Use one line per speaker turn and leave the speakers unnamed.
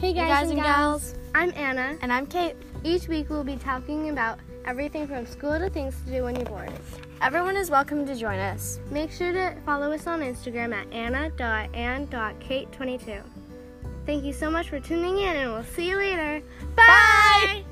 Hey guys,
guys and gals.
I'm Anna.
And I'm Kate.
Each week we'll be talking about everything from school to things to do when you're bored.
Everyone is welcome to join us.
Make sure to follow us on Instagram at anna.and.kate22. Thank you so much for tuning in and we'll see you later. Bye!